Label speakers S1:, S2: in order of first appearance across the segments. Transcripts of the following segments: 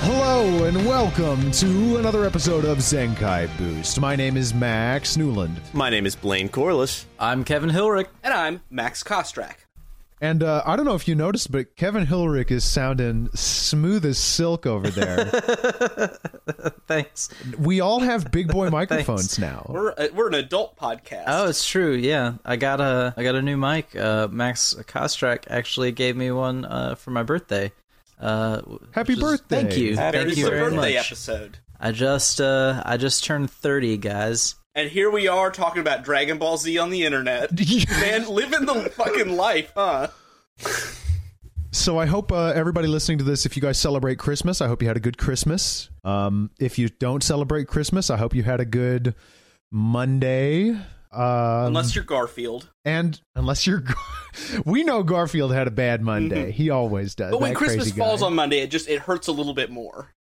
S1: Hello and welcome to another episode of Zenkai Boost. My name is Max Newland,
S2: My name is Blaine Corliss.
S3: I'm Kevin Hilrich.
S4: And I'm Max Kostrak.
S1: and uh, I don't know if you noticed, but Kevin Hilrich is sounding smooth as silk over there.
S3: Thanks.
S1: we all have big boy microphones now.
S4: We're uh, we're an adult podcast.
S3: Oh, it's true. Yeah, I got a I got a new mic. Uh, Max Kostrak actually gave me one uh, for my birthday. Uh, w-
S1: Happy
S3: which
S1: birthday.
S3: Thank you.
S4: Happy
S3: thank you
S4: birthday
S3: very much.
S4: episode.
S3: I just uh, I just turned thirty, guys.
S4: And here we are talking about Dragon Ball Z on the internet. Man, living the fucking life, huh?
S1: So I hope uh, everybody listening to this, if you guys celebrate Christmas, I hope you had a good Christmas. Um, if you don't celebrate Christmas, I hope you had a good Monday. Um,
S4: Unless you're Garfield.
S1: and unless you're, we know Garfield had a bad Monday. He always does.
S4: Mm-hmm. But when Christmas falls on Monday, it just it hurts a little bit more.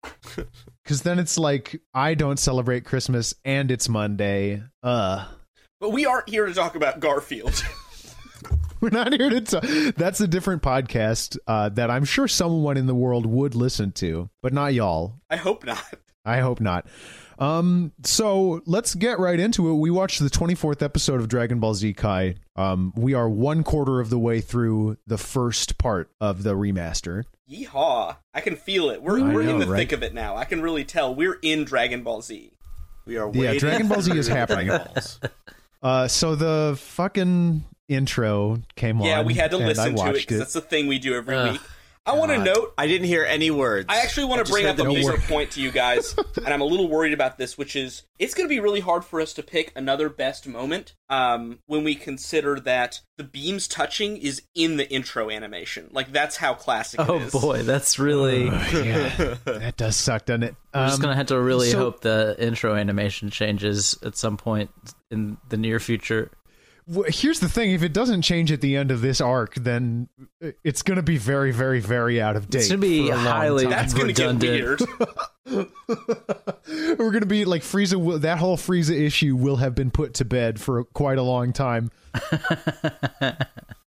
S1: because then it's like I don't celebrate Christmas and it's Monday. Uh,
S4: But we aren't here to talk about Garfield.
S1: we're not here to. T- That's a different podcast uh, that I'm sure someone in the world would listen to, but not y'all.
S4: I hope not.
S1: I hope not. Um, so let's get right into it. We watched the 24th episode of Dragon Ball Z Kai. Um, we are one quarter of the way through the first part of the remaster.
S4: Yeehaw! I can feel it. We're
S1: I
S4: we're in
S1: know,
S4: the
S1: right?
S4: thick of it now. I can really tell. We're in Dragon Ball Z.
S2: We are
S1: Yeah,
S2: waiting
S1: Dragon Ball Z
S2: for
S1: is happening.
S2: Dragon Balls.
S1: Uh, so the fucking intro came on.
S4: Yeah, we had to
S1: and I
S4: listen to it
S1: watched
S4: because that's the thing we do every week. I want to note
S2: I didn't hear any words.
S4: I actually want to
S2: just
S4: bring up
S2: heard
S4: a
S2: the
S4: bigger
S2: music.
S4: point to you guys, and I'm a little worried about this, which is it's going to be really hard for us to pick another best moment um, when we consider that the beams touching is in the intro animation. Like that's how classic
S3: Oh
S4: it is.
S3: boy, that's really.
S1: Uh,
S3: I'm
S1: Yeah, that does suck, doesn't it? Um,
S3: just gonna have to really
S1: so-
S3: hope the intro animation changes at some point in the near future.
S1: w- here's the thing: if it doesn't change at the end of this arc, then it's going to be very, very, very out of date.
S3: It's gonna be
S1: for a long
S3: highly
S1: time.
S4: That's going to get
S3: redundant. Uh-huh.
S4: weird.
S1: We're gonna be like Frieza. Will, that whole Frieza issue will have been put to bed for quite a long time.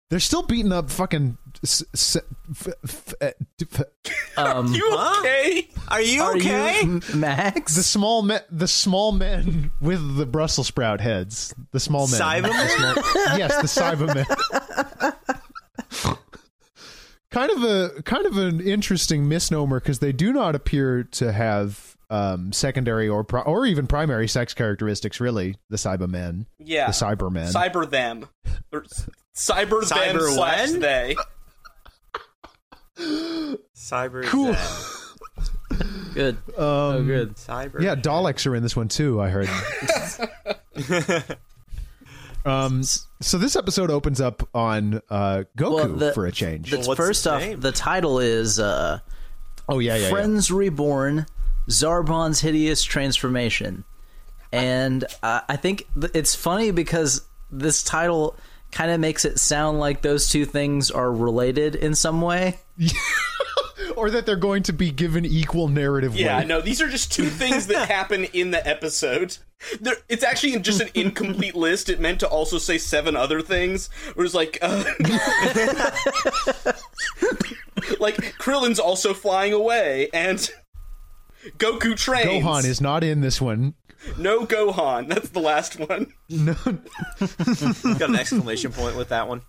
S1: They're still beating up fucking. s- s- f- f- uh, d- f-
S3: Um,
S4: You okay?
S2: Are you
S3: are
S2: okay?
S3: you Max?
S1: The small men, the small men with the Brussels sprout heads. The small men.
S2: Cybermen?
S1: yes, the Cybermen. kind of a kind of an interesting misnomer because they do not appear to have um, secondary or pri- or even primary sex characteristics. Really, the Cybermen.
S4: Yeah.
S1: the Cybermen.
S4: Cyber them. Or s- cyber them
S2: Cyber
S4: slash
S2: when?
S4: they.
S2: Cyber
S1: Cool.
S2: Zen.
S3: Good.
S1: um,
S3: oh, good.
S2: Cyber.
S1: yeah, Daleks are in this one too. I heard. um. So this episode opens up on uh, Goku
S3: Well, the-
S1: for a change.
S3: That's-
S2: Well, what's
S3: first
S2: his
S3: off,
S2: name?
S3: the title is uh,
S1: oh yeah, yeah, yeah.
S3: "Friends Reborn: Zarbon's Hideous Transformation," and uh, I think th- it's funny because this title kind of makes it sound like those two things are related in some way.
S1: Or that they're going to be given equal narrative
S4: Yeah,
S1: weight.
S4: no, these are just two things that happen in the episode. There, it's actually in just an incomplete list. It meant to also say seven other things. Where it's like, uh, like Krillin's also flying away, and Goku trains.
S1: Gohan is not in this one.
S4: no Gohan. That's the last one.
S2: Got an exclamation point with that one.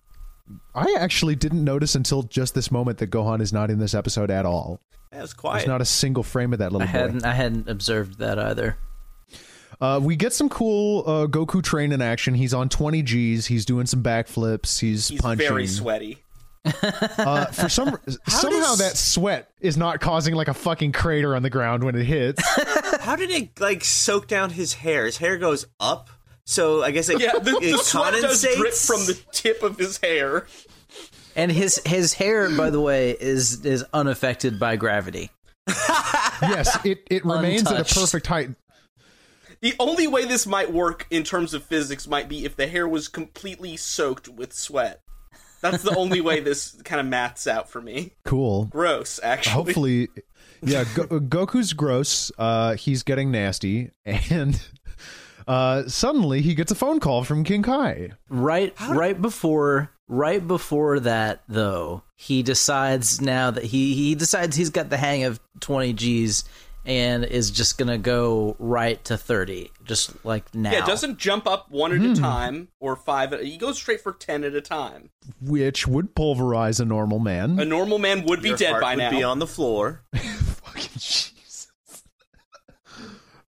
S1: I actually didn't notice until just this moment that Gohan is not in this episode at all.
S2: That was
S1: There's
S2: quiet.
S1: not a single frame of that little
S3: I
S1: boy.
S3: hadn't I hadn't observed that either.
S1: Uh, we get some cool uh, Goku train in action. He's on 20 Gs. He's doing some backflips. He's,
S4: He's
S1: punching.
S4: very sweaty.
S1: Uh, for some somehow
S2: does-
S1: that sweat is not causing like a fucking crater on the ground when it hits.
S2: How did it like soak down his hair? His hair goes up, So I guess it,
S4: Yeah, the,
S2: it
S4: the sweat does drip
S2: condensates?
S4: from the tip of his hair.
S3: And his his hair, by the way, is is unaffected by gravity.
S1: yes, it, it remains at
S3: Untouched.
S1: a perfect height.
S4: The only way this might work in terms of physics might be if the hair was completely soaked with sweat. That's the only way this kind of maths out for me.
S1: Cool.
S4: Gross, actually.
S1: Hopefully, yeah. Go- uh, Goku's gross. Uh, he's getting nasty, and uh, suddenly he gets a phone call from King Kai.
S3: Right right before right before that though, he decides now that he he decides he's got the hang of 20 Gs and is just going to go right to 30 just like now.
S4: Yeah, doesn't jump up one
S1: Hmm.
S4: at a time or five. At, he goes straight for ten at a time.
S1: which would pulverize a normal man.
S4: A normal man would be
S2: Your
S4: dead
S2: heart
S4: by
S2: would
S4: now.
S2: Be on the floor.
S1: Fucking Jesus.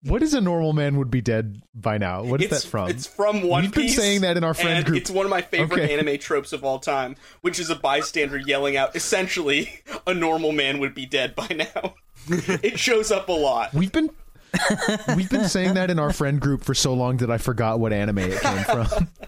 S1: What is a normal man would be dead by now? What is
S4: it's,
S1: that from?
S4: It's from One
S1: You've been
S4: Piece.
S1: saying that in our friend
S4: and
S1: group.
S4: It's one of my favorite
S1: Okay.
S4: anime tropes of all time, which is a bystander yelling out, essentially, a normal man would be dead by now. it shows up a lot.
S1: We've been we've been saying that in our friend group for so long that I forgot what anime it came from.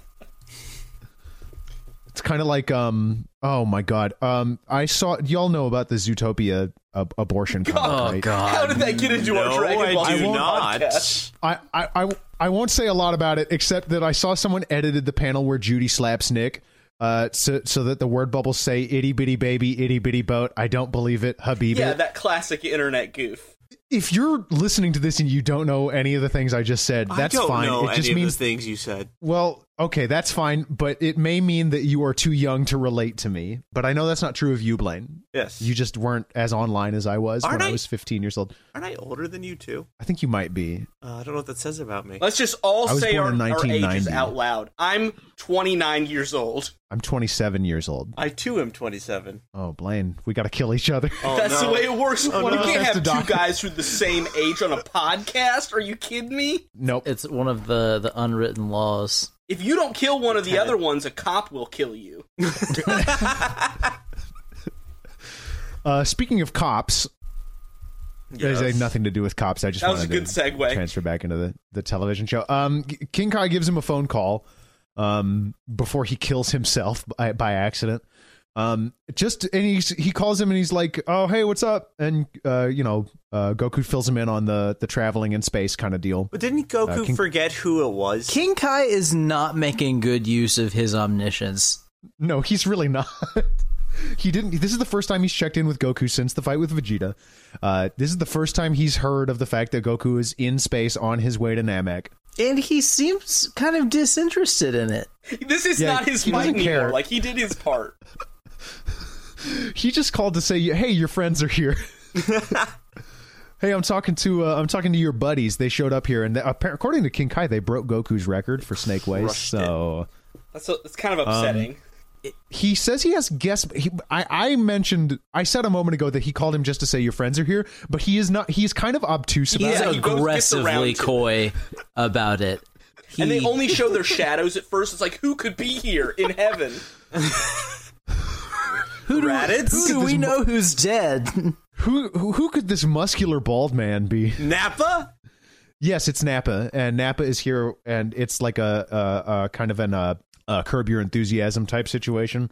S1: it's kind of like um oh my god um I saw y'all know about the Zootopia ab- abortion comic,
S3: oh
S1: right?
S3: god.
S4: How did that get into our
S2: no,
S4: Dragon Ball
S2: I do
S4: Z
S2: not.
S4: podcast?
S1: I, I, I, I won't say a lot about it except that I saw someone edited the panel where Judy slaps Nick uh, so, so that the word bubbles say itty bitty baby, itty bitty boat. I don't believe it, Habib.
S4: Yeah, that classic internet goof.
S1: if you're listening to this and you don't know any of the things I just said, that's
S2: I don't
S1: fine.
S2: know
S1: it just
S2: any
S1: means,
S2: of the things you said.
S1: well, okay, that's fine, but it may mean that you are too young to relate to me. But I know that's not true of you, Blaine.
S2: Yes.
S1: You just weren't as online as I was
S2: Aren't
S1: when I?
S2: I?
S1: was 15 years old.
S2: Aren't I older than you two?
S1: I think you might be.
S2: Uh, I don't know what that says about me.
S4: Let's just all
S1: I was
S4: say
S1: born
S4: our,
S1: in
S4: our ages
S1: 1990.
S4: out loud. I'm 29 years old.
S1: I'm 27 years old.
S2: I too am 27.
S1: Oh, Blaine, we got to kill each other.
S2: Oh,
S4: That's
S2: no.
S4: the way it works.
S1: no.
S4: you can't
S1: That's
S4: have
S1: the
S4: two
S1: doctor.
S4: guys who are the same age on a podcast. Are you kidding me?
S1: Nope.
S3: It's one of the the unwritten laws.
S4: If you don't kill one of the other ones, a cop will kill you.
S1: Uh, speaking of cops, it had nothing to do with cops. I just
S4: That was
S1: wanted
S4: a good
S1: to
S4: segue.
S1: transfer back into the, the television show. Um, K- King Kai gives him a phone call um, before he kills himself by, by accident. Um, just and he's, he calls him and he's like, "Oh, hey, what's up?" And uh, you know, uh, Goku fills him in on the the traveling in space kind of deal.
S2: But didn't Goku
S1: Uh, King-
S2: forget who it was?
S3: King Kai is not making good use of his omniscience.
S1: No, he's really not. he didn't. This is the first time he's checked in with Goku since the fight with Vegeta. Uh, this is the first time he's heard of the fact that Goku is in space on his way to Namek.
S3: And he seems kind of disinterested in it.
S4: This is
S1: Yeah,
S4: not his
S1: he
S4: fight
S1: doesn't
S4: anymore.
S1: care.
S4: Like he did his part.
S1: He just called to say, "Hey, your friends are here." hey, I'm talking to uh, I'm talking to your buddies. They showed up here, and they, appa- according to King Kai, they broke Goku's record for Snake Ways.
S2: Crushed it.
S1: So.
S4: That's that's kind
S1: Um,
S4: of upsetting.
S1: he says he has guest he, I, I mentioned i said a moment ago that he called him just to say your friends are here but he is not he's kind of obtuse about
S3: He's
S1: it.
S4: Yeah, he goes- gets around
S3: aggressively
S4: to it.
S3: coy about it. He,
S4: and they only show their shadows at first. It's like who could be here in heaven?
S3: who do,
S2: Raditz?
S3: who do we know who's dead?
S1: who, who who could this muscular bald man be
S2: Nappa?
S1: yes it's napa and napa is here and it's like a, a, a kind of an uh, uh curb your enthusiasm type situation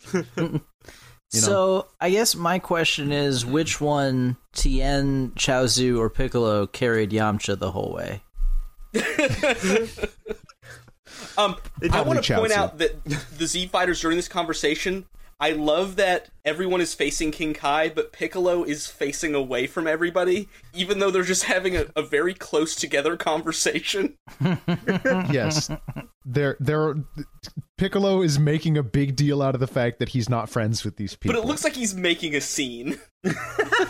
S3: So I guess my question is, which one Tien, Chaozu, or Piccolo carried Yamcha the whole way?
S4: Um, I
S1: probably
S4: want to point
S1: Chaozu.
S4: out that the Z fighters during this conversation. I love that everyone is facing King Kai, but Piccolo is facing away from everybody, even though they're just having a, a very close together conversation.
S1: yes there there piccolo is making a big deal out of the fact that he's not friends with these
S4: But
S1: people
S4: it looks like he's making a scene.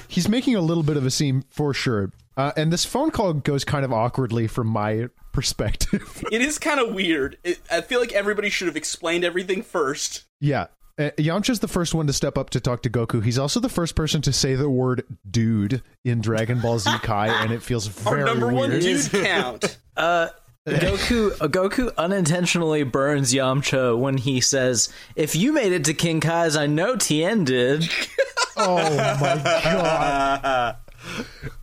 S1: he's making a little bit of a scene for sure uh, and this phone call goes kind of awkwardly from my perspective
S4: It is kind of weird. It, I feel like everybody should have explained everything first.
S1: Yeah. Uh, Yamcha's the first one to step up to talk to Goku. He's also the first person to say the word dude in Dragon Ball Z Kai, and it feels
S4: Our
S1: very
S4: number one
S1: weird.
S4: dude count.
S3: Goku uh, Goku unintentionally burns Yamcha when he says, "If you made it to King Kai's, I know Tien did."
S1: Oh my god.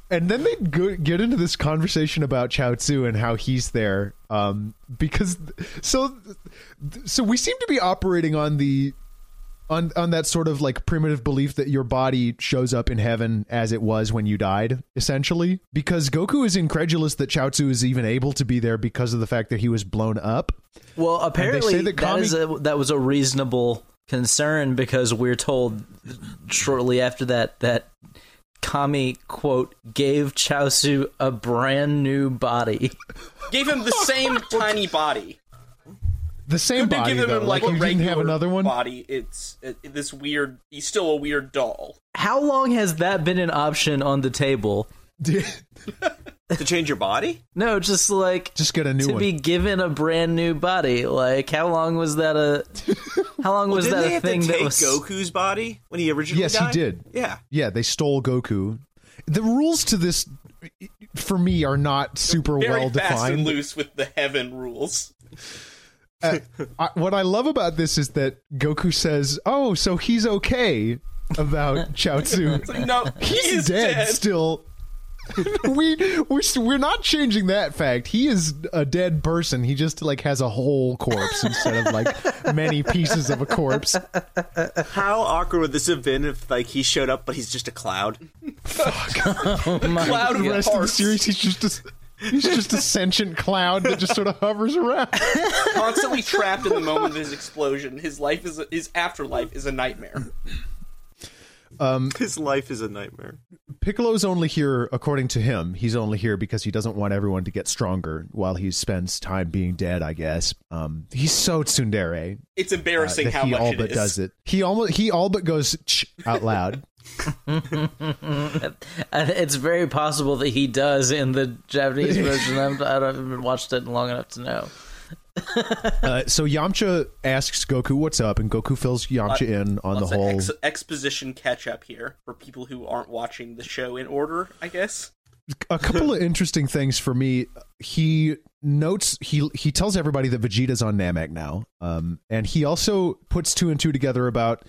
S1: And then they go, get into this conversation about Chao Tzu and how he's there, um, because so so we seem to be operating on the on on that sort of like primitive belief that your body shows up in heaven as it was when you died, essentially. Because Goku is incredulous that Chao Tzu is even able to be there because of the fact that he was blown up.
S3: Well, apparently
S1: say that
S3: that,
S1: Kami-
S3: is a, that was a reasonable concern because we're told shortly after that that Kami quote gave Chaosu a brand new body.
S4: Gave him the same tiny body.
S1: The same
S4: Couldn't have
S1: body,
S4: given
S1: though.
S4: him
S1: like,
S4: like, a
S1: you didn't
S4: regular
S1: have another one.
S4: body. It's uh, this weird. He's still a weird doll.
S3: How long has that been an option on the table?
S2: to change your body?
S3: No, just like
S1: Just get a new
S3: to
S1: one.
S3: be given a brand new body. Like how long was that a how long was
S2: Didn't
S3: that
S2: they
S3: a
S2: have
S3: thing
S2: to take
S3: that was
S2: Goku's body when he originally
S1: Yes, he
S2: died?
S1: did.
S2: Yeah.
S1: yeah, they stole Goku. The rules to this, for me, are not super
S4: Very
S1: well
S4: fast and
S1: defined.
S4: loose with the heaven rules.
S1: Uh, I, what I love about this is that Goku says, "Oh, so he's okay about Chaozu."
S4: No,
S1: He's
S4: he is
S1: dead, still. we we're st- we're not changing that fact. He is a dead person. He just like has a whole corpse instead of like many pieces of a corpse.
S2: How awkward would this have been if like he showed up but he's just a cloud?
S4: Cloud
S1: The
S4: of
S1: rest of the
S4: parts.
S1: series, he's just a, he's just a sentient cloud that just sort of hovers around.
S4: constantly trapped in the moment of his explosion. His life is a, his afterlife is a nightmare.
S2: His life is a nightmare.
S1: Piccolo's only here, according to him. He's only here because he doesn't want everyone to get stronger while he spends time being dead. I guess. Um, he's so tsundere. uh,
S4: It's embarrassing
S1: that
S4: how
S1: he
S4: much
S1: all
S4: it
S1: but
S4: is.
S1: does it. He almost he all but goes Ch- out loud.
S3: Uh, It's very possible that he does in the Japanese version. I'm, I don't- I haven't watched it long enough to know.
S1: Uh, so Yamcha asks Goku what's up, and Goku fills Yamcha
S4: Uh,
S1: in on the
S4: Lots of
S1: whole.
S4: ex- exposition catch up here for people who aren't watching the show in order. I guess
S1: a couple of interesting things for me. He notes he he tells everybody that Vegeta's on Namek now, um, and he also puts two and two together about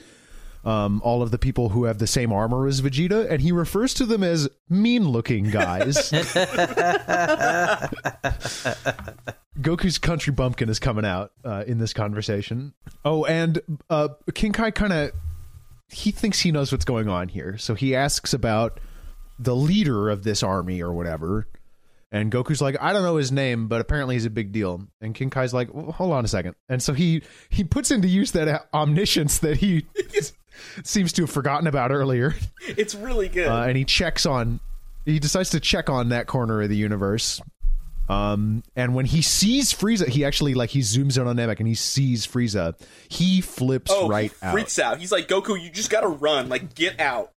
S1: um, all of the people who have the same armor as Vegeta, and he refers to them as mean-looking guys. Goku's country bumpkin is coming out uh, in this conversation. Oh, and uh, King Kai kind of he thinks he knows what's going on here, so he asks about the leader of this army or whatever. And Goku's like, I don't know his name, but apparently he's a big deal. And King Kai's like, well, hold on a second. And so he he puts into use that uh, omniscience that he seems to have forgotten about earlier,
S4: it's really good.
S1: uh, and he checks on. He decides to check on that corner of the universe. Um, and when he sees Frieza, he actually like he zooms in on Namek and he sees Frieza. He flips
S4: oh,
S1: right
S4: he
S1: out.
S4: freaks out. He's like Goku. You just gotta run. Like get out.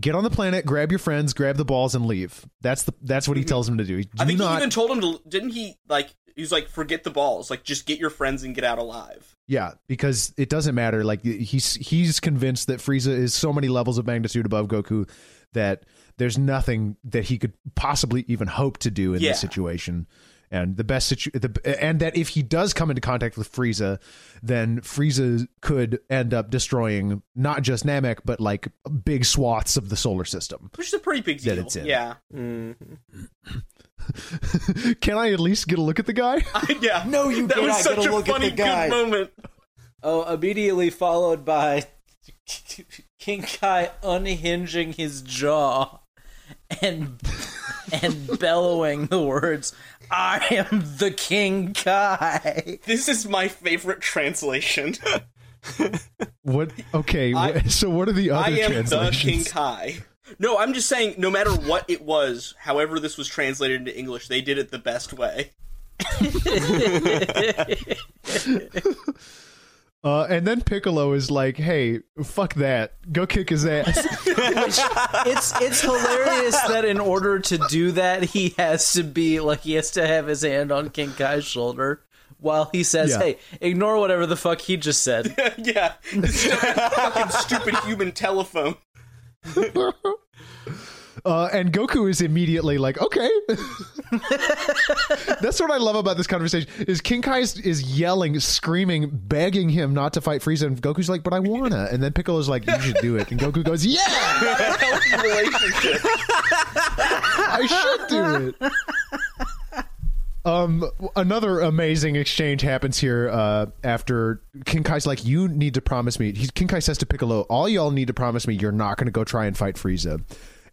S1: Get on the planet, grab your friends, grab the balls, and leave. That's the that's what he tells him to do. Do
S4: Mm-hmm. I think
S1: not
S4: he even told him to. Didn't he? Like he was like, forget the balls. Like just get your friends and get out alive.
S1: Yeah, because it doesn't matter. Like he's he's convinced that Frieza is so many levels of magnitude above Goku that there's nothing that he could possibly even hope to do in
S4: Yeah.
S1: this situation. And the best situ- the, and that if he does come into contact with Frieza, then Frieza could end up destroying not just Namek but like big swaths of the solar system.
S4: Which is a pretty big
S1: That
S4: deal.
S1: it's in.
S4: Yeah,
S1: Can I at least get a look at the guy?
S4: yeah.
S5: No, you
S4: that
S5: cannot
S4: was such
S5: get a
S4: a
S5: look at
S4: funny
S5: the guy.
S4: good moment.
S3: Oh, immediately followed by King Kai unhinging his jaw and and bellowing the words, "I am the King Kai."
S4: This is my favorite translation.
S1: What? Okay,
S4: I-
S1: wh- so what are the other
S4: I am the
S1: translations?
S4: King Kai. No, I'm just saying, no matter what it was, however this was translated into English, they did it the best way.
S1: Uh, and then Piccolo is like, "Hey, fuck that! Go kick his ass."
S3: It's it's hilarious that in order to do that, he has to be like he has to have his hand on King Kai's shoulder while he says,
S1: Yeah.
S3: "Hey, ignore whatever the fuck he just said."
S4: yeah, this is a fucking stupid human telephone.
S1: Uh, and Goku is immediately like, okay. That's what I love about this conversation is King Kai is, is yelling, screaming, begging him not to fight Frieza, and Goku's like, but I wanna. And then Piccolo's like, you should do it. And Goku goes, yeah.
S4: Healthy relationship.
S1: I should do it. Um, another amazing exchange happens here uh, after Kinkai's like, "You need to promise me." He, Kinkai says to Piccolo, "All y'all need to promise me you're not going to go try and fight Frieza."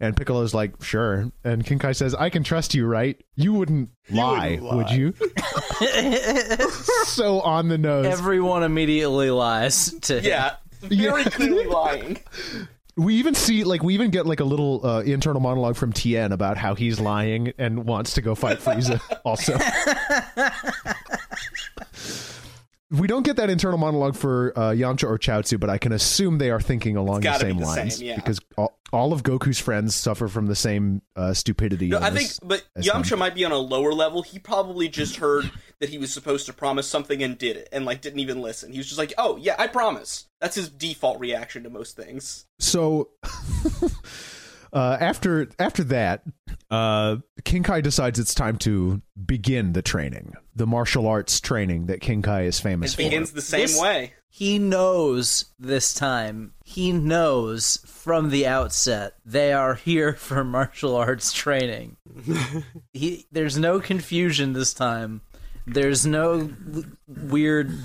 S1: And Piccolo's like, "Sure." And Kinkai says, "I can trust you, right? You wouldn't lie,
S2: wouldn't lie."
S1: would you?" so on the nose.
S3: Everyone immediately lies to him.
S4: Yeah, very clearly lying.
S1: we even see like we even get like a little uh, internal monologue from Tien about how he's lying and wants to go fight Frieza also. we don't get that internal monologue for uh, Yamcha or Chaozu, but I can assume they are thinking along the
S4: gotta be
S1: same
S4: the
S1: lines
S4: same, yeah.
S1: because all, all of Goku's friends suffer from the same uh, stupidity.
S4: No,
S1: in
S4: I
S1: this.
S4: think, but
S1: as
S4: Yamcha might be on a lower level. He probably just heard that he was supposed to promise something and did it, and like didn't even listen. He was just like, "Oh yeah, I promise." That's his default reaction to most things.
S1: so uh, after after that, uh, Kinkai decides it's time to begin the training, the martial arts training that Kinkai is famous
S4: It
S1: for.
S4: begins the same
S3: This-
S4: way.
S3: He knows this time. He knows from the outset they are here for martial arts training. he, there's no confusion this time. There's no l- weird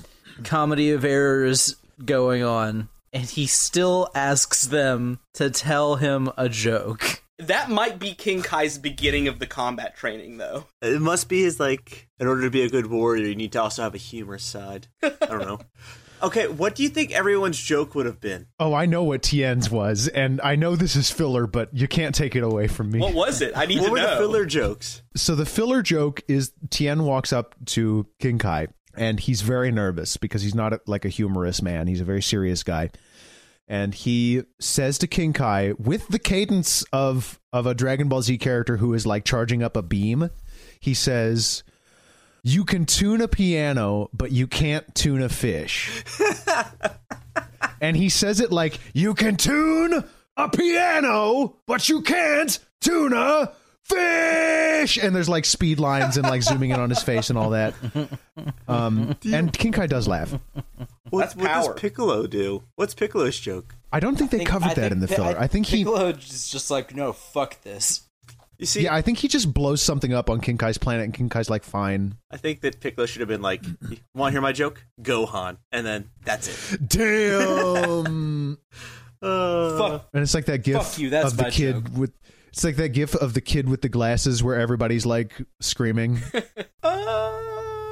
S3: comedy of errors going on. And he still asks them to tell him a joke.
S4: That might be King Kai's beginning of the combat training, though.
S2: It must be his like. In order to be a good warrior, you need to also have a humorous side. I don't know. Okay, what do you think everyone's joke would have been?
S1: Oh, I know what Tien's was, and I know this is filler, but you can't take it away from me.
S4: What was it? I need
S2: What
S4: to
S2: were
S4: know.
S2: the filler jokes?
S1: so the filler joke is Tien walks up to Kinkai, and he's very nervous because he's not a, like a humorous man. He's a very serious guy, and he says to Kinkai with the cadence of of a Dragon Ball Z character who is like charging up a beam. He says. You can tune a piano, but you can't tune a fish. and he says it like, You can tune a piano, but you can't tune a fish. And there's like speed lines and like zooming in on his face and all that. Um, and Kinkai does laugh.
S2: What's,
S4: That's
S2: what
S4: power.
S2: does Piccolo do? What's Piccolo's joke?
S1: I don't think they covered that in the filler. I, think he.
S3: Piccolo is just like, no, fuck this.
S2: You see,
S1: Yeah, I think he just blows something up on Kinkai's planet, and Kinkai's like, "Fine,
S2: I think that Piccolo should have been like, "You "Want to hear my joke? Gohan," and then that's it.
S1: damn."
S2: Uh,
S3: Fuck.
S1: and it's like that gif
S3: Fuck you, that's
S1: of the
S3: my
S1: kid with. It's like that gif of the kid with the glasses where everybody's like screaming.
S3: Uh,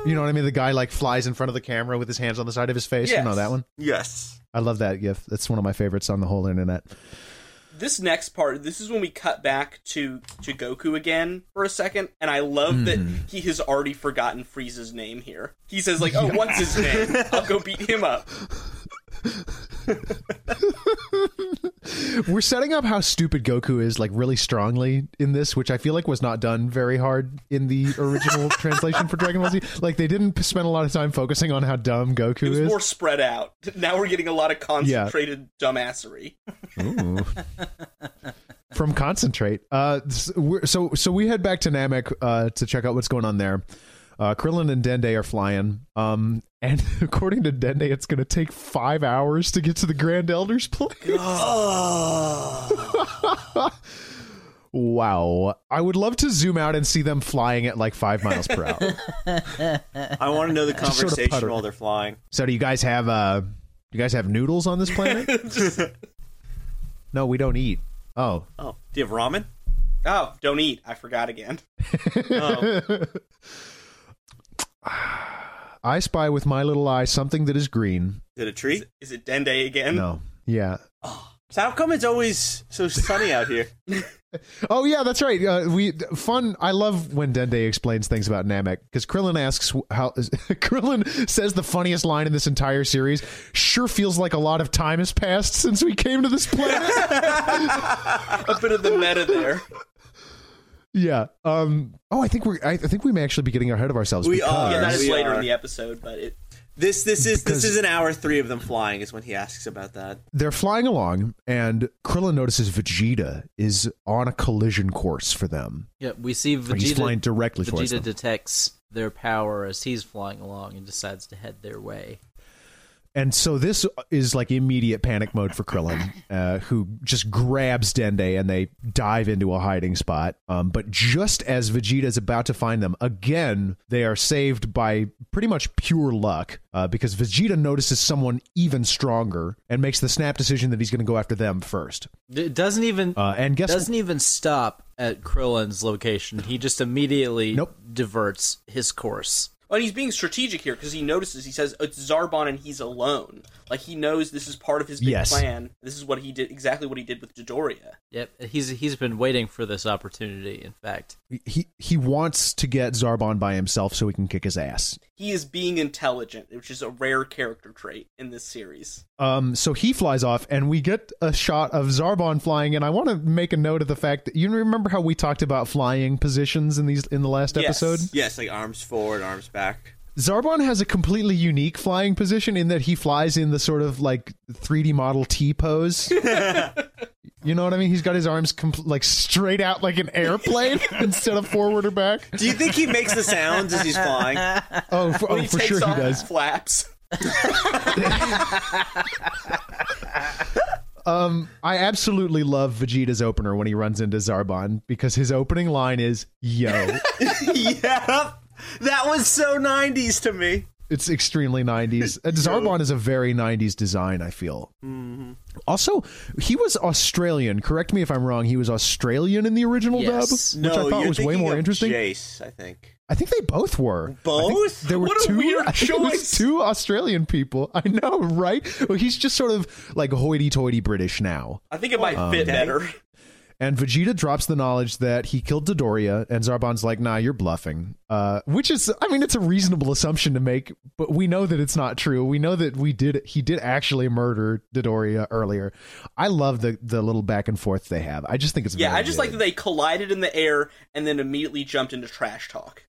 S1: you know what I mean? The guy like flies in front of the camera with his hands on the side of his face. You know
S4: Yes.
S1: that one?
S2: yes.
S1: I love that gif. That's one of my favorites on the whole internet.
S4: this next part this is when we cut back to to goku again for a second and i love
S2: Hmm.
S4: that he has already forgotten frieza's name here he says like oh what's his name i'll go beat him up
S1: We're setting up how stupid Goku is, like really strongly in this, which I feel like was not done very hard in the original translation for Dragon Ball Z. Like they didn't p- spend a lot of time focusing on how dumb Goku
S4: it was
S1: is.
S4: more spread out now we're getting a lot of concentrated dumbassery
S1: Ooh. From concentrate. Uh, s- we're, so so we head back to Namek uh, to check out what's going on there. Uh, Krillin and Dende are flying. Um, and according to Dende, it's going to take five hours to get to the Grand Elder's place. wow. I would love to zoom out and see them flying at like five miles per hour.
S2: I want to know the
S1: sort of
S2: conversation
S1: putter.
S2: while they're flying.
S1: so do you guys have uh, you guys have noodles on this planet? no, we don't eat. Oh,
S2: Oh, do you have ramen?
S4: oh don't eat i forgot again
S1: I spy with my little eye something that is green.
S2: Is it a tree?
S4: is it dende again
S1: No. Yeah.
S2: So how come it's always so sunny out here?
S1: Oh yeah, that's right. Uh, we fun. I love when Dende explains things about Namek because Krillin asks wh- how. Krillin says the funniest line in this entire series. Sure feels like a lot of time has passed since we came to this planet.
S4: a bit of the meta there
S1: yeah. Um. Oh, I think we're. I, I think we may actually be getting ahead of ourselves.
S2: We
S1: because-
S2: are.
S4: yeah that is
S2: We
S4: later
S2: are.
S4: in the episode but it
S2: This this is this is an hour three of them flying is when he asks about that.
S1: They're flying along, and Krillin notices Vegeta is on a collision course for them.
S3: Yeah, we see Vegeta.
S1: He's flying directly towards
S3: Vegeta
S1: them.
S3: detects their power as he's flying along and decides to head their way.
S1: And so this is like immediate panic mode for Krillin, uh, who just grabs Dende and they dive into a hiding spot. Um, but just as Vegeta is about to find them, again, they are saved by pretty much pure luck uh, because Vegeta notices someone even stronger and makes the snap decision that he's going to go after them first.
S3: It doesn't even
S1: Uh, and guess
S3: doesn't even stop at Krillin's location. He just immediately
S1: Nope.
S3: diverts his course.
S4: And he's being strategic here because he notices he says it's Zarbon and he's alone. Like he knows this is part of his big
S1: Yes.
S4: plan. This is what he did exactly what he did with Dodoria.
S3: Yep, he's he's been waiting for this opportunity. In fact,
S1: he he wants to get Zarbon by himself so he can kick his ass.
S4: He is being intelligent, which is a rare character trait in this series.
S1: Um, so he flies off, and we get a shot of Zarbon flying. And I want to make a note of the fact that you remember how we talked about flying positions in these in the last
S4: Yes.
S1: episode.
S2: Yes, like arms forward, arms back.
S1: Zarbon has a completely unique flying position in that he flies in the sort of like 3D model T pose. you know what I mean? He's got his arms compl- like straight out like an airplane instead of forward or back.
S2: Do you think he makes the sounds as he's flying?
S1: Oh, for, oh,
S4: he
S1: for
S4: takes
S1: sure he
S4: off
S1: does.
S4: his flaps.
S1: I absolutely love Vegeta's opener when he runs into Zarbon because his opening line is "Yo."
S2: yep. That was so 90s to me.
S1: it's extremely 90s. And Zarbon is a very 90s design, I feel.
S2: Mm-hmm.
S1: Also, he was Australian. Correct me if I'm wrong. He was Australian in the original
S3: Yes.
S1: dub,
S2: no,
S1: which I thought
S2: you're
S1: was way
S2: thinking
S1: more
S2: of
S1: interesting.
S2: Jace, I think.
S1: I think they both were. I think
S2: Both?
S1: There were
S4: What a
S1: two.
S4: weird
S1: I think it was
S4: choice.
S1: two Australian people. I know, right? Well, he's just sort of like hoity-toity British now.
S4: I think it might
S1: Oh,
S4: fit better.
S1: And Vegeta drops the knowledge that he killed Dodoria, and Zarbon's like, nah, you're bluffing. Uh, which is, I mean, it's a reasonable assumption to make, but we know that it's not true. We know that we did, he did actually murder Dodoria earlier. I love the, the little back and forth they have. I just think it's
S4: Yeah,
S1: very
S4: I just like that
S1: good.
S4: they collided in the air and then immediately jumped into trash talk.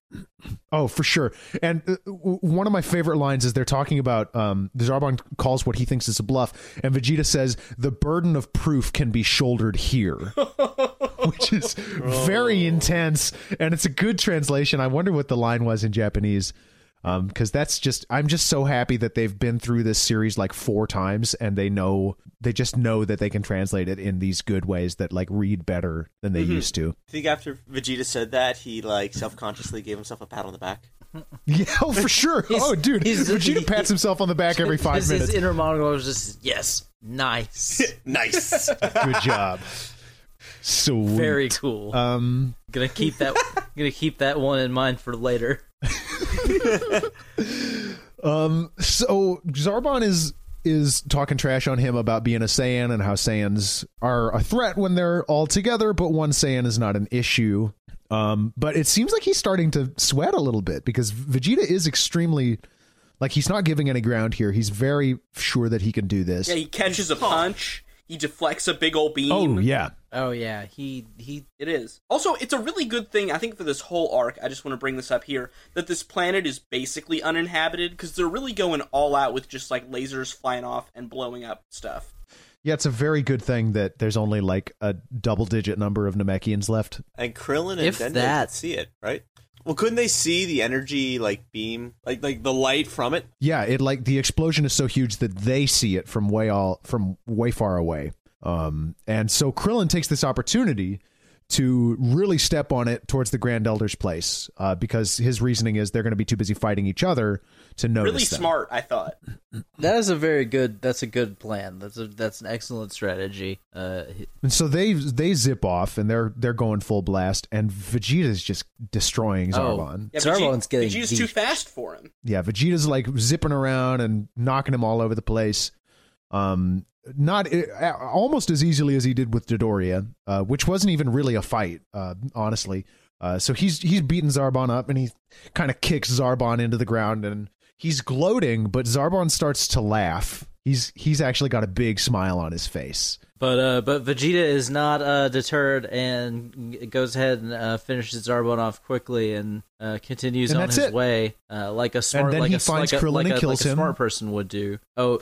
S1: Oh, for sure. And uh, w- one of my favorite lines is they're talking about um, Zarbon calls what he thinks is a bluff, and Vegeta says the burden of proof can be shouldered here, which is very intense, and it's a good translation. I wonder what the line was in Japanese. Because that's just, I'm just so happy that they've been through this series like four times and they know, they just know that they can translate it in these good ways that like read better than they used to.
S2: I think after Vegeta said that, he like self-consciously gave himself a pat on the back.
S1: Yeah, oh, for sure. oh, dude,
S3: he's-
S1: Vegeta pats himself on the back every five
S3: his, his
S1: minutes.
S3: inner monologue is just yes, nice,
S2: Nice.
S1: Good job. Sweet.
S3: very cool. Um, gonna keep that gonna keep that one in mind for later.
S1: so Zarbon is is talking trash on him about being a Saiyan and how Saiyans are a threat when they're all together, but one Saiyan is not an issue. Um, but it seems like he's starting to sweat a little bit because Vegeta is extremely like he's not giving any ground here. He's very sure that he can do this.
S4: Yeah, he catches a punch. He deflects a big old beam.
S1: oh yeah.
S3: Oh yeah, he he
S4: It is. Also, it's a really good thing, I think, for this whole arc. I just want to bring this up here that this planet is basically uninhabited because they're really going all out with just like lasers flying off and blowing up stuff.
S1: Yeah, it's a very good thing that there's only like a double digit number of Namekians left.
S2: And Krillin and
S3: If
S2: Dende
S3: that-
S2: could see it, right? Well, couldn't they see the energy like beam, like like the light from it?
S1: Yeah, it like the explosion is so huge that they see it from way all from way far away. Um, and so Krillin takes this opportunity to really step on it towards the Grand Elder's place uh, because his reasoning is they're going to be too busy fighting each other to notice.
S4: Really
S1: them.
S4: smart, I thought.
S3: That is a very good. That's a good plan. That's a that's an excellent strategy. Uh, he-
S1: And so they they zip off and they're they're going full blast and Vegeta's just destroying
S4: Oh.
S1: Zarbon.
S4: Yeah,
S3: Zarbon's
S4: Vegeta-
S3: getting
S4: Vegeta's
S3: beat.
S4: too fast for him.
S1: yeah, Vegeta's like zipping around and knocking him all over the place. Um, not uh, almost as easily as he did with Dodoria, uh, which wasn't even really a fight, uh, honestly. Uh, so he's he's beating Zarbon up, and he kind of kicks Zarbon into the ground, and he's gloating. But Zarbon starts to laugh. He's he's actually got a big smile on his face.
S3: But uh, but Vegeta is not uh, deterred and g- goes ahead and uh, finishes Zarbon off quickly and uh, continues
S1: And
S3: on
S1: that's
S3: his
S1: it.
S3: way uh, like a smart
S1: then
S3: like
S1: he
S3: a,
S1: finds
S3: like a,
S1: Krillin
S3: like
S1: and
S3: a,
S1: kills
S3: like a
S1: him.
S3: smart person would do. Oh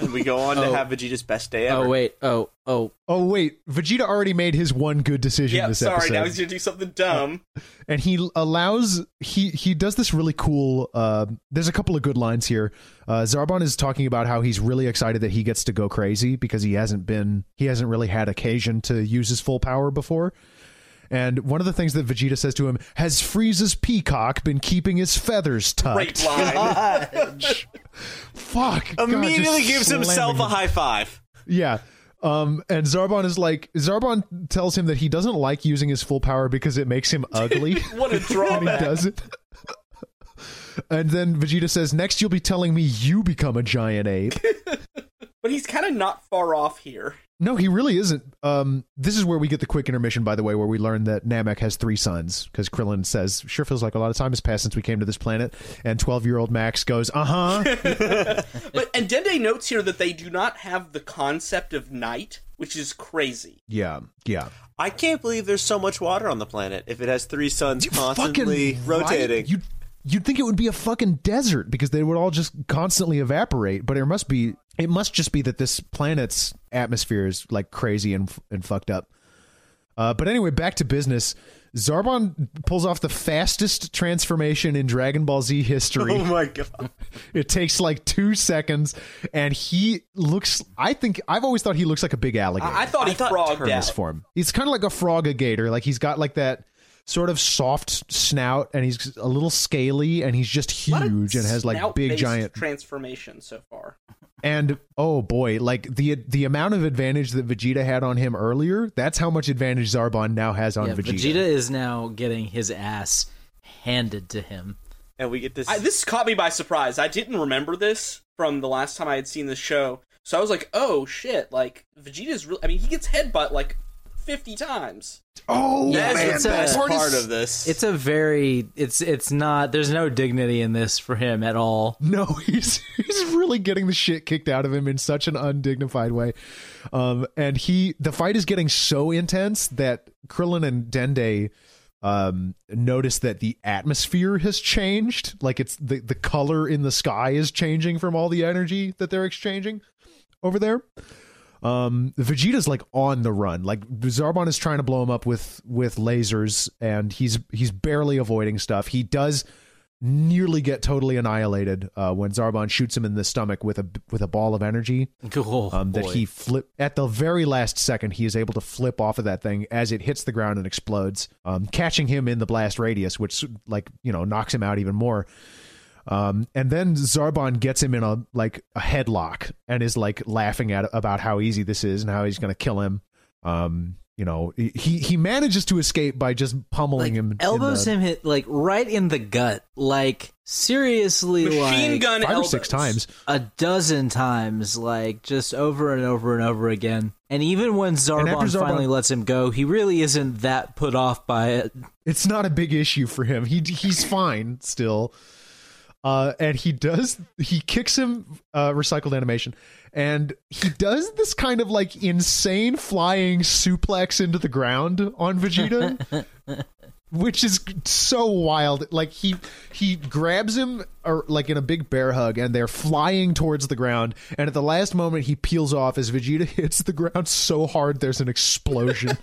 S2: And we go on
S3: Oh.
S2: to have Vegeta's best day ever.
S3: oh wait oh Oh,
S1: Oh wait, Vegeta already made his one good decision
S4: Yeah,
S1: this
S4: sorry,
S1: episode,
S4: now he's gonna do something dumb.
S1: and he allows he he does this really cool. Uh, there's a couple of good lines here. Uh, Zarbon is talking about how he's really excited that he gets to go crazy because he hasn't been he hasn't really had occasion to use his full power before. And one of the things that Vegeta says to him has Frieza's peacock been keeping his feathers tucked.
S4: Great line.
S1: Fuck! God, just
S2: Immediately gives
S1: slamming
S2: himself
S1: him.
S2: a high five.
S1: Yeah. Um, and Zarbon is like Zarbon tells him that he doesn't like using his full power because it makes him ugly.
S4: what a
S1: and he
S4: drawback.
S1: does it. and then Vegeta says, "Next, you'll be telling me you become a giant ape."
S4: But he's kind of not far off here.
S1: no, he really isn't. Um, this is where we get the quick intermission, by the way, where we learn that Namek has three sons because Krillin says, "Sure feels like a lot of time has passed since we came to this planet." And twelve-year-old Max goes, "Uh huh."
S4: But and Dende notes here that they do not have the concept of night, which is crazy.
S1: yeah, yeah.
S2: I can't believe there's so much water on the planet if it has three suns constantly
S1: fucking right.
S2: rotating.
S1: You'd, you'd think it would be a fucking desert because they would all just constantly evaporate, but it must be it must just be that this planet's atmosphere is like crazy and and fucked up. Uh, but anyway, back to business. Zarbon pulls off the fastest transformation in Dragon Ball Z history.
S2: oh my god.
S1: It takes like two seconds, and he looks. I think I've always thought he looks like a big alligator
S4: I, I thought he
S2: thought
S4: frogged
S2: Terminus
S1: this
S4: out.
S1: form. He's kind of like a frogator. Like he's got like that sort of soft snout, and he's a little scaly, and he's just
S4: A lot of
S1: huge and has like big
S4: snout-based
S1: giant.
S4: transformation so far.
S1: and oh boy, like the the amount of advantage that Vegeta had on him earlier, that's how much advantage Zarbon now has on
S3: yeah,
S1: Vegeta.
S3: Vegeta is now getting his ass handed to him.
S2: And we get this.
S4: I, this caught me by surprise. I didn't remember this from the last time I had seen this show, so I was like, "Oh shit!" Like Vegeta's. Re- I mean, he gets headbutt like fifty times.
S1: Oh
S3: Yeah,
S1: man,
S2: that's
S3: a-
S2: the best
S3: that
S2: part,
S1: is-
S2: of this.
S3: It's a very it's it's not there's no dignity in this for him at all.
S1: No, he's he's really getting the shit kicked out of him in such an undignified way. Um, and he the fight is getting so intense that Krillin and Dende um notice that the atmosphere has changed. Like it's the, the color in the sky is changing from all the energy that they're exchanging over there. Um, Vegeta's like on the run. Like Zarbon is trying to blow him up with with lasers, and he's he's barely avoiding stuff. He does nearly get totally annihilated uh, when Zarbon shoots him in the stomach with a with a ball of energy
S3: Oh,
S1: um, that
S3: boy.
S1: he flip at the very last second he is able to flip off of that thing as it hits the ground and explodes, um, catching him in the blast radius, which like you know knocks him out even more. Um, and then Zarbon gets him in a like a headlock and is like laughing at about how easy this is and how he's gonna kill him. Um, you know he he manages to escape by just pummeling
S3: like,
S1: him, in
S3: elbows
S1: the
S3: him hit like right in the gut. Like seriously
S4: Machine
S3: like
S4: gun
S1: five
S4: elbows.
S1: or six times.
S3: a dozen times, like just over and over and over again. And even when Zarbon,
S1: after Zarbon-
S3: finally lets him go, he really isn't that put off by it.
S1: it's not a big issue for him. He he's fine still. Uh, and he does he kicks him uh, recycled animation and he does this kind of like insane flying suplex into the ground on Vegeta which is so wild like he he grabs him or like in a big bear hug and they're flying towards the ground and at the last moment he peels off as Vegeta hits the ground so hard there's an explosion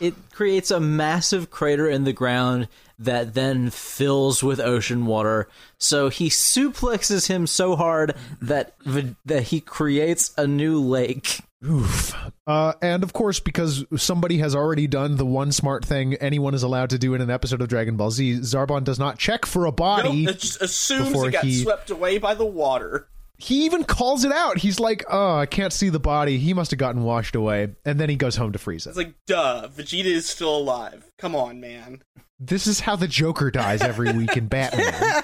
S3: It creates a massive crater in the ground that then fills with ocean water. So he suplexes him so hard that v- that he creates a new lake.
S1: Oof. Uh, and of course, because somebody has already done the one smart thing anyone is allowed to do in an episode of Dragon Ball Z, Zarbon does not check for a
S4: Nope,
S1: body.
S4: it just assumes
S1: before
S4: it got
S1: he-
S4: swept away by the water.
S1: he even calls it out. He's like, oh, I can't see the body. He must have gotten washed away. And then he goes home to Frieza.
S4: It's like, duh, Vegeta is still alive. Come on, man.
S1: this is how the Joker dies every week in Batman.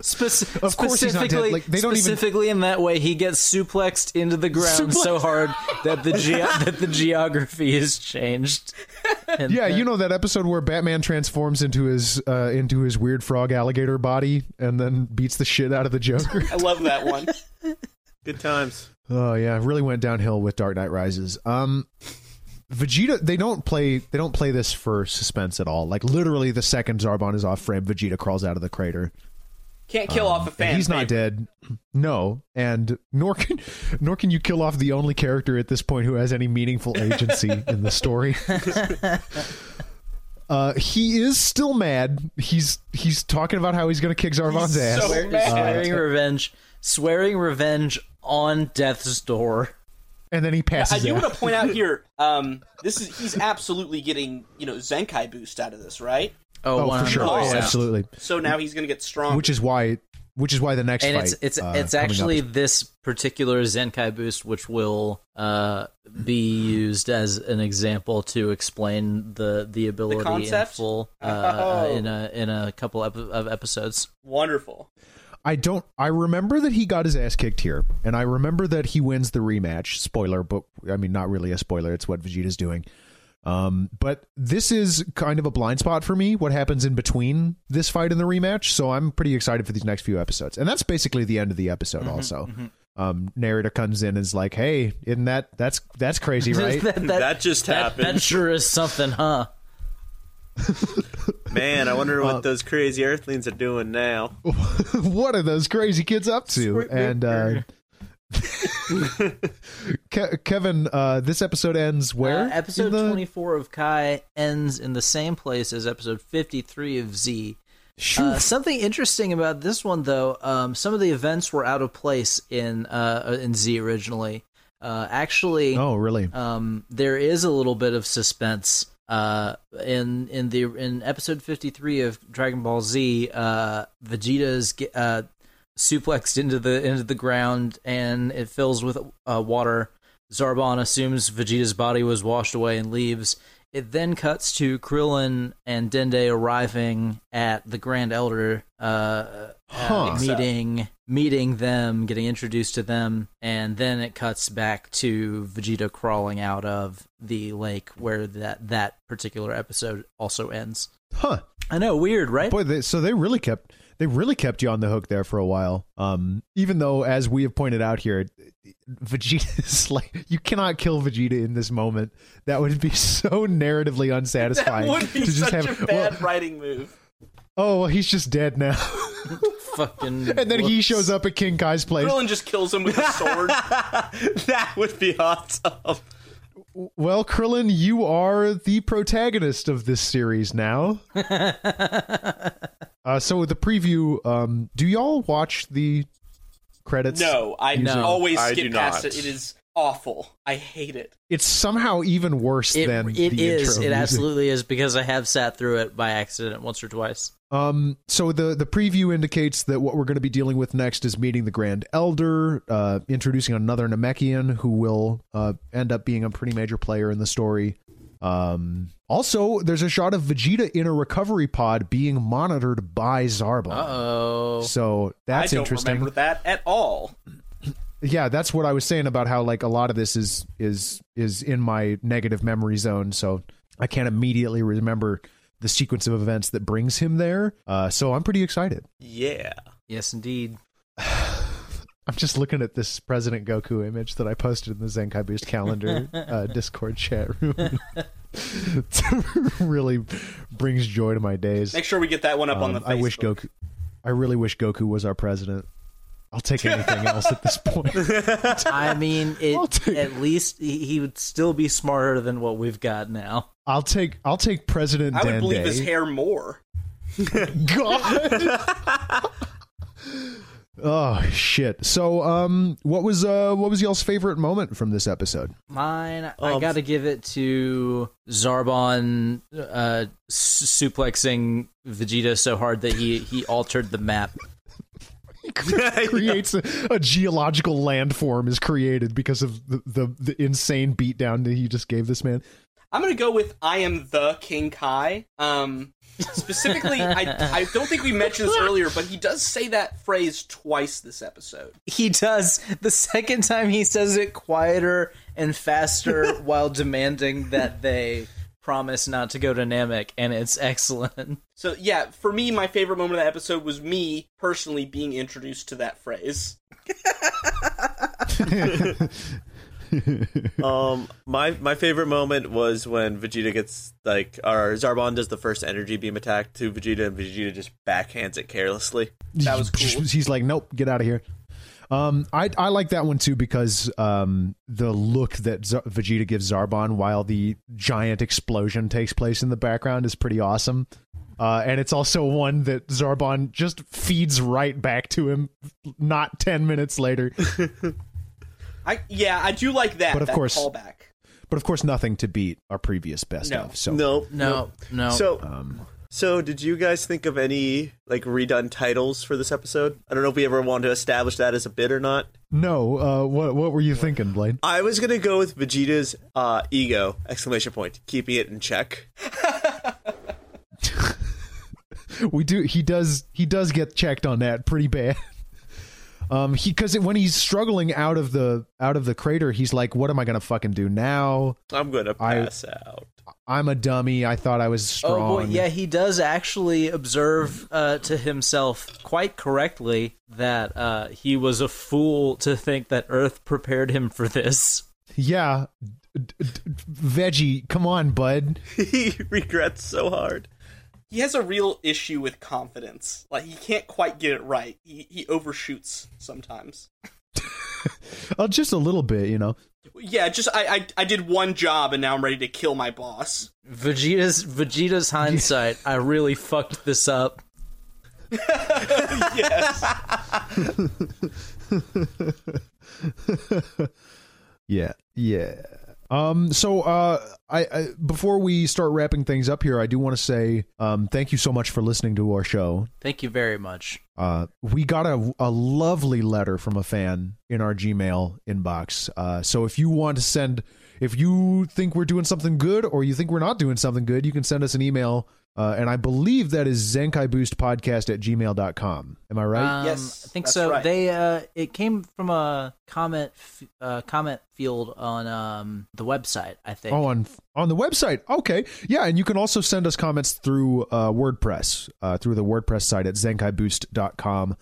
S3: Spec-
S1: Of course he's not dead.
S3: specifically,
S1: Like, they don't even-
S3: specifically in that way, he gets suplexed into the ground so hard that the ge- that the geography is changed. And
S1: yeah,
S3: then-
S1: you know that episode where Batman transforms into his uh, into his weird frog alligator body and then beats the shit out of the Joker.
S4: I love that one.
S2: Good times.
S1: Oh yeah, it really went downhill with Dark Knight Rises. Um Vegeta they don't play they don't play this for suspense at all. Like literally the second Zarbon is off frame, Vegeta crawls out of the crater.
S4: Can't kill
S1: Um,
S4: off a
S1: and
S4: fan.
S1: He's not
S4: favorite.
S1: dead. No, and nor can nor can you kill off the only character at this point who has any meaningful agency in the story. uh, he is still mad. He's he's talking about how he's going to kick Zarvan's
S4: He's
S1: ass.
S4: so
S3: Swear-
S4: mad.
S3: swearing revenge, swearing revenge on death's door.
S1: and then he
S4: I
S1: passes
S4: do
S1: out.
S4: want to point out here. Um, this is he's absolutely getting you know Zenkai boost out of this, right?
S3: Oh,
S1: oh, for sure,
S3: 100%.
S1: Oh, absolutely.
S4: So now he's going to get strong.
S1: Which is why, which is why the next
S3: and
S1: fight.
S3: it's it's
S1: uh,
S3: it's
S1: coming up
S3: actually
S1: is-
S3: this particular Zenkai boost which will uh, be used as an example to explain the the ability in
S4: concept?
S3: full uh,
S4: Oh.
S3: in a in a couple ep- of episodes.
S4: wonderful.
S1: I don't. I remember that he got his ass kicked here, and I remember that he wins the rematch. Spoiler, but I mean, not really a spoiler. It's what Vegeta's doing. Um, but this is kind of a blind spot for me. What happens in between this fight and the rematch? So I'm pretty excited for these next few episodes, and that's basically the end of the episode.
S3: Mm-hmm,
S1: also, um, narrator comes in and is like, "Hey, isn't that that's that's crazy, right?"
S3: that, that,
S2: That just
S3: that-
S2: happened.
S3: That sure is something, huh?
S2: Man, I wonder what those crazy Earthlings are doing now.
S1: Oh. what are those crazy kids up to? And uh, Ke- Kevin, uh, this episode ends where?
S3: Uh, episode
S1: In the-
S3: 24 of Kai ends in the same place as episode 53 of Z.
S1: Shoo.
S3: Uh, something interesting about this one, though, um, some of the events were out of place in uh, in Z originally. Uh, actually,
S1: oh, really?
S4: Uh,
S3: um, there is a little bit of suspense uh, in in the in episode 53 of Dragon Ball Z. Uh, Vegeta's ge- uh, suplexed into the into the ground, and it fills with uh, water. Zarbon assumes Vegeta's body was washed away and leaves. It then cuts to Krillin and Dende arriving at the Grand Elder uh,
S1: Huh.
S3: meeting meeting them, getting introduced to them, and then it cuts back to Vegeta crawling out of the lake where that that particular episode also ends.
S1: Huh.
S3: I know, weird, right?
S1: Boy, they, so they really kept they really kept you on the hook there for a while. Um, even though, as we have pointed out here, Vegeta is like you cannot kill Vegeta in this moment. That would be so narratively
S4: That
S1: unsatisfying
S4: would be
S1: to just
S4: such
S1: have.
S4: a bad
S1: well,
S4: writing move.
S1: oh, well, he's just dead now.
S3: Fucking
S1: and then he
S3: whoops.
S1: shows up at King Kai's place.
S4: Krillin just kills him with a sword.
S2: that would be awesome.
S1: Well, Krillin, you are the protagonist of this series now. uh, so the preview. Um, do y'all watch the credits?
S4: no, I
S3: No.
S4: always
S5: I
S4: skip
S5: do
S4: past
S5: not.
S4: it. It is awful. I hate it.
S1: It's somehow even worse
S3: It,
S1: than
S3: it
S1: the
S3: is.
S1: Intro
S3: It
S1: music.
S3: absolutely is because I have sat through it by accident once or twice.
S1: Um, so the the preview indicates that what we're going to be dealing with next is meeting the Grand Elder, uh, introducing another Namekian who will uh, end up being a pretty major player in the story. Um, also, there's a shot of Vegeta in a recovery pod being monitored by Zarbon.
S3: Uh oh.
S1: So
S4: I
S1: that's
S4: don't
S1: interesting.
S4: remember that at all.
S1: Yeah, that's what I was saying about how like a lot of this is is is in my negative memory zone, so I can't immediately remember the sequence of events that brings him there. Uh, so I'm pretty excited.
S2: Yeah.
S3: Yes, indeed.
S1: I'm just looking at this President Goku image that I posted in the Zenkai Boost calendar uh, Discord chat room. It really brings joy to my days.
S4: Make sure we get that one up on the.
S1: Um, I wish
S4: Facebook.
S1: Goku. I really wish Goku was our president. I'll take anything else at this point.
S3: I mean,
S1: I'll
S3: it,
S1: take-
S3: at least he, he would still be smarter than what we've got now.
S1: I'll take I'll take President
S4: I would
S1: Dan
S4: believe
S1: Day.
S4: his hair more.
S1: God. oh shit. So um what was uh what was y'all's favorite moment from this episode?
S3: Mine, I got to give it to Zarbon uh, su- suplexing Vegeta so hard that he he altered the map.
S1: Creates a, a geological landform is created because of the, the, the insane beatdown that he just gave this man.
S4: I'm gonna go with I am the King Kai. Um, specifically, I, I don't think we mentioned this earlier, but he does say that phrase twice this episode.
S3: He does the second time he says it quieter and faster while demanding that they promise not to go dynamic, and it's excellent.
S4: So yeah, for me, my favorite moment of the episode was me personally being introduced to that phrase.
S2: um, my my favorite moment was when Vegeta gets like, or Zarbon does the first energy beam attack to Vegeta, and Vegeta just backhands it carelessly.
S4: That was cool.
S1: He's like, nope, get out of here. Um, I I like that one too because um, the look that Z- Vegeta gives Zarbon while the giant explosion takes place in the background is pretty awesome. Uh, and it's also one that Zarbon just feeds right back to him, not ten minutes later.
S4: I yeah, I do like that.
S1: But of
S4: that
S1: course-
S4: callback.
S1: But of course, nothing to beat our previous best
S4: No.
S1: of. So
S2: No,
S3: No, no.
S2: So,
S1: um,
S2: so did you guys think of any like redone titles for this episode? I don't know if we ever want to establish that as a bit or not.
S1: no. Uh, what what were you thinking, Blaine?
S2: I was gonna go with Vegeta's uh, ego exclamation point, keeping it in check.
S1: we do he does he does get checked on that pretty bad um he because when he's struggling out of the out of the crater he's like what am i gonna fucking do now
S2: I'm gonna
S1: I-
S2: pass out.
S1: i'm a dummy i thought i was strong
S3: Oh boy, yeah, he does actually observe uh, to himself quite correctly that uh, he was a fool to think that Earth prepared him for this.
S1: yeah D- d- d- veggie come on bud
S2: he regrets so hard.
S4: He has a real issue with confidence. Like he can't quite get it right. He he overshoots sometimes.
S1: oh just a little bit you know
S4: Yeah, just I I, I did one job and now I'm ready to kill my boss.
S3: Vegeta's Vegeta's hindsight. I really fucked this up.
S4: Yes.
S1: yeah yeah um so uh I, I before we start wrapping things up here i do want to say um thank you so much for listening to our show
S3: Thank you very much.
S1: Uh, we got a, a lovely letter from a fan in our Gmail inbox. Uh, so if you want to send, if you think we're doing something good or you think we're not doing something good, you can send us an email. Uh, and I believe that is Zenkai Boost Podcast at gmail.com. Am I right?
S3: Um,
S4: Yes,
S3: I think
S4: that's
S3: so.
S4: right.
S3: They uh, it came from a comment f- uh, comment field on um, the website. I think.
S1: oh, on on the website. Okay. Yeah. And you can also send us comments through uh, WordPress, uh, through the WordPress site at zenkaiBoost.com.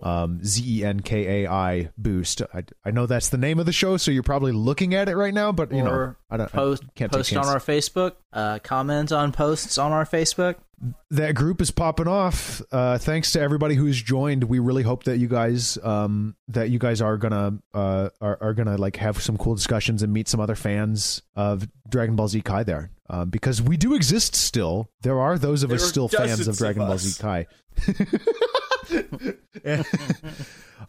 S1: Um, Z E N K A I boost. I, I know that's the name of the show, so you're probably looking at it right now, but you know,
S3: Or
S1: I don't I
S3: post
S1: can't take
S3: post on
S1: chances.
S3: our Facebook. Uh, comment on posts on our Facebook.
S1: that group is popping off. Uh, thanks to everybody who's joined. We really hope that you guys, um, that you guys are gonna, uh, are, are gonna like have some cool discussions and meet some other fans of Dragon Ball Z Kai there, um, because we do exist still. There are those of us
S4: There are
S1: still fans
S4: dozens
S1: of
S4: of
S1: Dragon Ball Z
S4: us.
S1: Kai.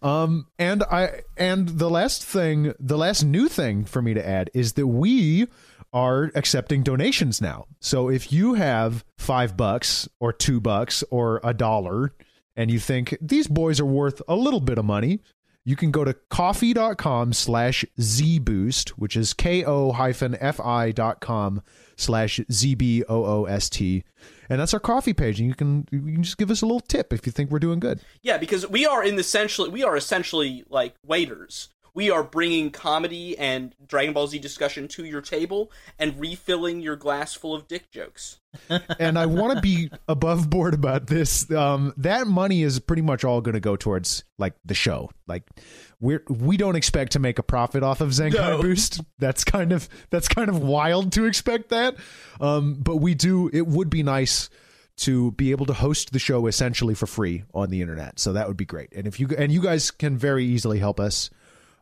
S1: um, and I, and the last thing, the last new thing for me to add is that we are accepting donations now. So if you have five bucks or two bucks or a dollar and you think these boys are worth a little bit of money, you can go to coffee.com slash zboost, which is ko hyphen fi dot com slash zboost. And that's our coffee page. And you can you can just give us a little tip if you think we're doing good.
S4: Yeah, because we are in essentially we are essentially like waiters. We are bringing comedy and Dragon Ball Z discussion to your table and refilling your glass full of dick jokes.
S1: and I want to be above board about this. Um, that money is pretty much all going to go towards like the show. Like we're we don't expect to make a profit off of Zenkai
S4: No.
S1: Boost. That's kind of that's kind of wild to expect that. Um, but we do. It would be nice to be able to host the show essentially for free on the internet. So that would be great. And if you and you guys can very easily help us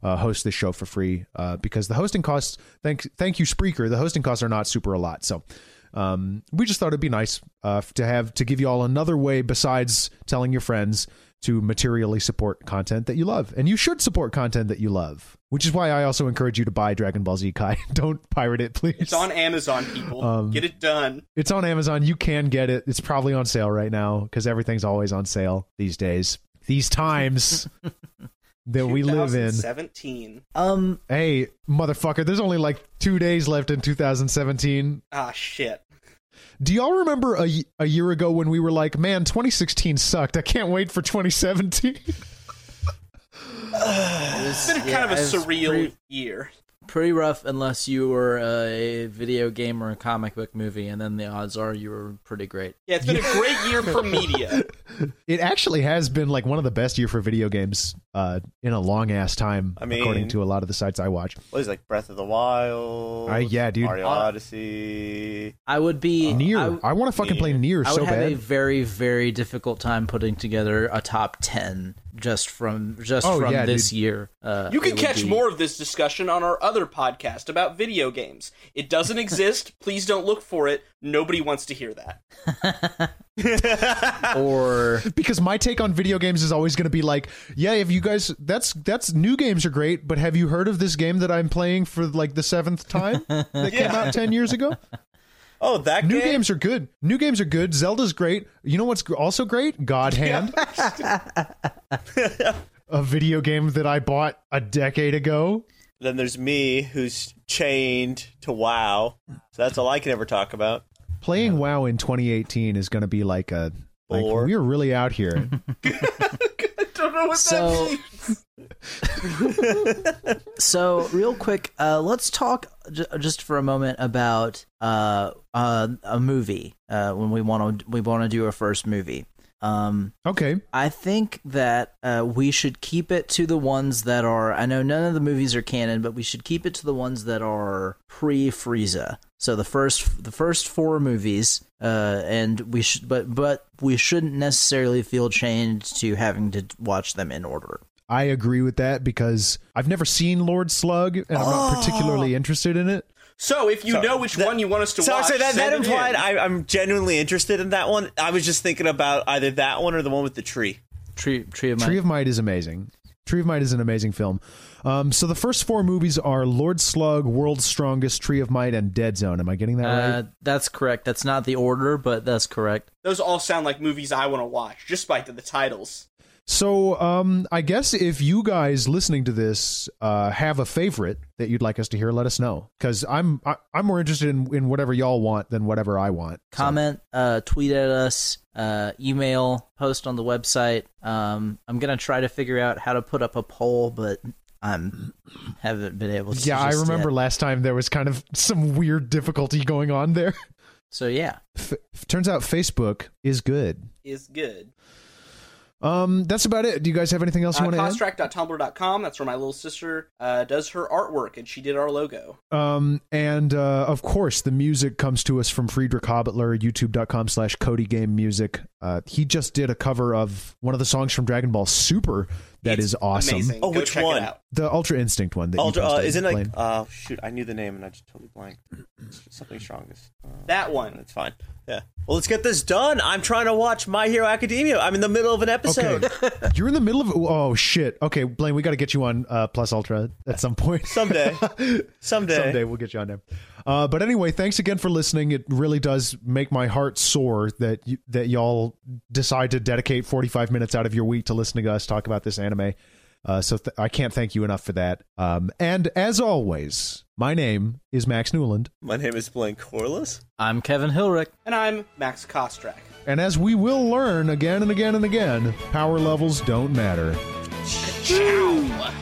S1: uh, host this show for free uh, because the hosting costs. Thank thank you Spreaker. The hosting costs are not super a lot. So um, we just thought it'd be nice uh, to have to give you all another way besides telling your friends to materially support content that you love, and you should support content that you love. Which is why I also encourage you to buy Dragon Ball Z Kai. Don't pirate it, please.
S4: It's on Amazon, people.
S1: Um,
S4: Get it done.
S1: It's on Amazon. You can get it. It's probably on sale right now because everything's always on sale these days. These times that we live in.
S4: 2017.
S3: Um,
S1: Hey, motherfucker, there's only like two days left in 2017.
S4: Ah, shit.
S1: Do y'all remember a, y- a year ago when we were like, man, 2016 sucked. I can't wait for 2017?
S4: It's been
S3: yeah,
S4: kind of a
S3: it's
S4: surreal
S3: pretty-
S4: year.
S3: pretty rough unless you were a video game or a comic book movie, and then the odds are you were pretty great.
S4: Yeah, it's been a great year for media.
S1: it actually has been like one of the best year for video games uh, in a long ass time,
S2: I mean-
S1: according to a lot of the sites I watch.
S2: What is it, like Breath of the Wild?
S1: Uh, yeah, dude.
S2: Mario
S1: Uh,
S2: Odyssey.
S3: I would be
S1: Near,
S3: I,
S1: I, want to fucking play Near
S3: I would
S1: so
S3: have a
S1: bad.
S3: very very difficult time putting together a top ten just from just
S1: Oh,
S3: from
S1: yeah,
S3: this
S1: dude.
S3: year. Uh,
S4: You
S3: it
S4: can
S3: would
S4: catch
S3: be-
S4: more of this discussion on our other podcast about video games. It doesn't exist. Please don't look for it. Nobody wants to hear that.
S3: or
S1: Because my take on video games is always going to be like, yeah, if you guys, that's that's new games are great, but have you heard of this game that I'm playing for like the seventh time that came out ten years ago?
S2: Oh, that
S1: New
S2: game.
S1: games are good. New games are good. Zelda's great. You know what's gr- also great? God Hand. a video game that I bought a decade ago.
S2: Then there's me, who's chained to WoW. So that's all I can ever talk about.
S1: Playing WoW in 2018 is going to be like a like
S2: Bore.
S1: we're really out here.
S4: I don't know what that
S3: So-
S4: means.
S3: so real quick uh, let's talk j- just for a moment about uh, uh, a movie uh, when we want to we want to do a first movie um,
S1: okay.
S3: i think that uh, we should keep it to the ones that are i know none of the movies are canon but we should keep it to the ones that are pre frieza so the first the first four movies uh, and we should but but we shouldn't necessarily feel chained to having to watch them in order
S1: I agree with that because I've never seen Lord Slug and I'm not particularly interested in it.
S4: So if you
S2: So
S4: know which
S2: that-
S4: one you want us to
S2: So,
S4: watch,
S2: so that, that
S4: send it
S2: implied
S4: in.
S2: I, I'm genuinely interested in that one. I was just thinking about either that one or the one with the tree.
S3: tree tree of
S1: Tree
S3: Might-
S1: of Might is amazing. Tree of Might is an amazing film. Um, so the first four movies are Lord Slug, World's Strongest, Tree of Might, and Dead Zone. Am I getting that right?
S3: Uh, that's correct. That's not the order, but that's correct.
S4: those all sound like movies I want to watch, just by the titles.
S1: So, um, I guess if you guys listening to this uh, have a favorite that you'd like us to hear, let us know because I'm I, I'm more interested in, in whatever y'all want than whatever I want. So,
S3: Comment, uh, tweet at us, uh, email, post on the website. Um, I'm gonna try to figure out how to put up a poll, but I'm haven't been able to.
S1: yeah, I
S3: just
S1: remember
S3: yet.
S1: last time there was kind of some weird difficulty going on there.
S3: So yeah,
S1: F- turns out Facebook is good.
S4: Is good.
S1: Um, that's about it. Do you guys have anything else you
S4: Uh,
S1: want to add?
S4: Costrack.tumblr.com. That's where my little sister uh, does her artwork, and she did our logo.
S1: Um, and uh, of course, the music comes to us from Friedrich Hobbitler, youtube.com slash Cody Game Music. Uh, he just did a cover of one of the songs from Dragon Ball Super That
S4: It's
S1: is awesome.
S4: Amazing.
S2: Oh,
S4: Go
S2: which
S4: check
S2: one?
S4: It out.
S1: The Ultra Instinct one that you
S2: Ultra, uh,
S1: posted,
S2: isn't like
S1: Blaine.
S2: uh, shoot. I knew the name and I just totally blanked. It's Something strongest. Uh,
S4: That one.
S2: it's fine. Yeah. Well, let's get this done. I'm trying to watch My Hero Academia. I'm in the middle of an episode.
S1: Okay, you're in the middle of oh shit. Okay, Blaine, we got to get you on uh, Plus Ultra at some point.
S2: Someday. Someday.
S1: Someday we'll get you on there. Uh, but anyway, thanks again for listening. It really does make my heart sore that you, that y'all decide to dedicate 45 minutes out of your week to listening to us talk about this anime. Uh, so th- I can't thank you enough for that. Um, and as always, my name is Max Newland,
S2: My name is Blaine Corliss.
S3: I'm Kevin Hilrick.
S4: And I'm Max Kostrack.
S1: and as we will learn again and again and again, power levels don't matter.
S4: Ciao.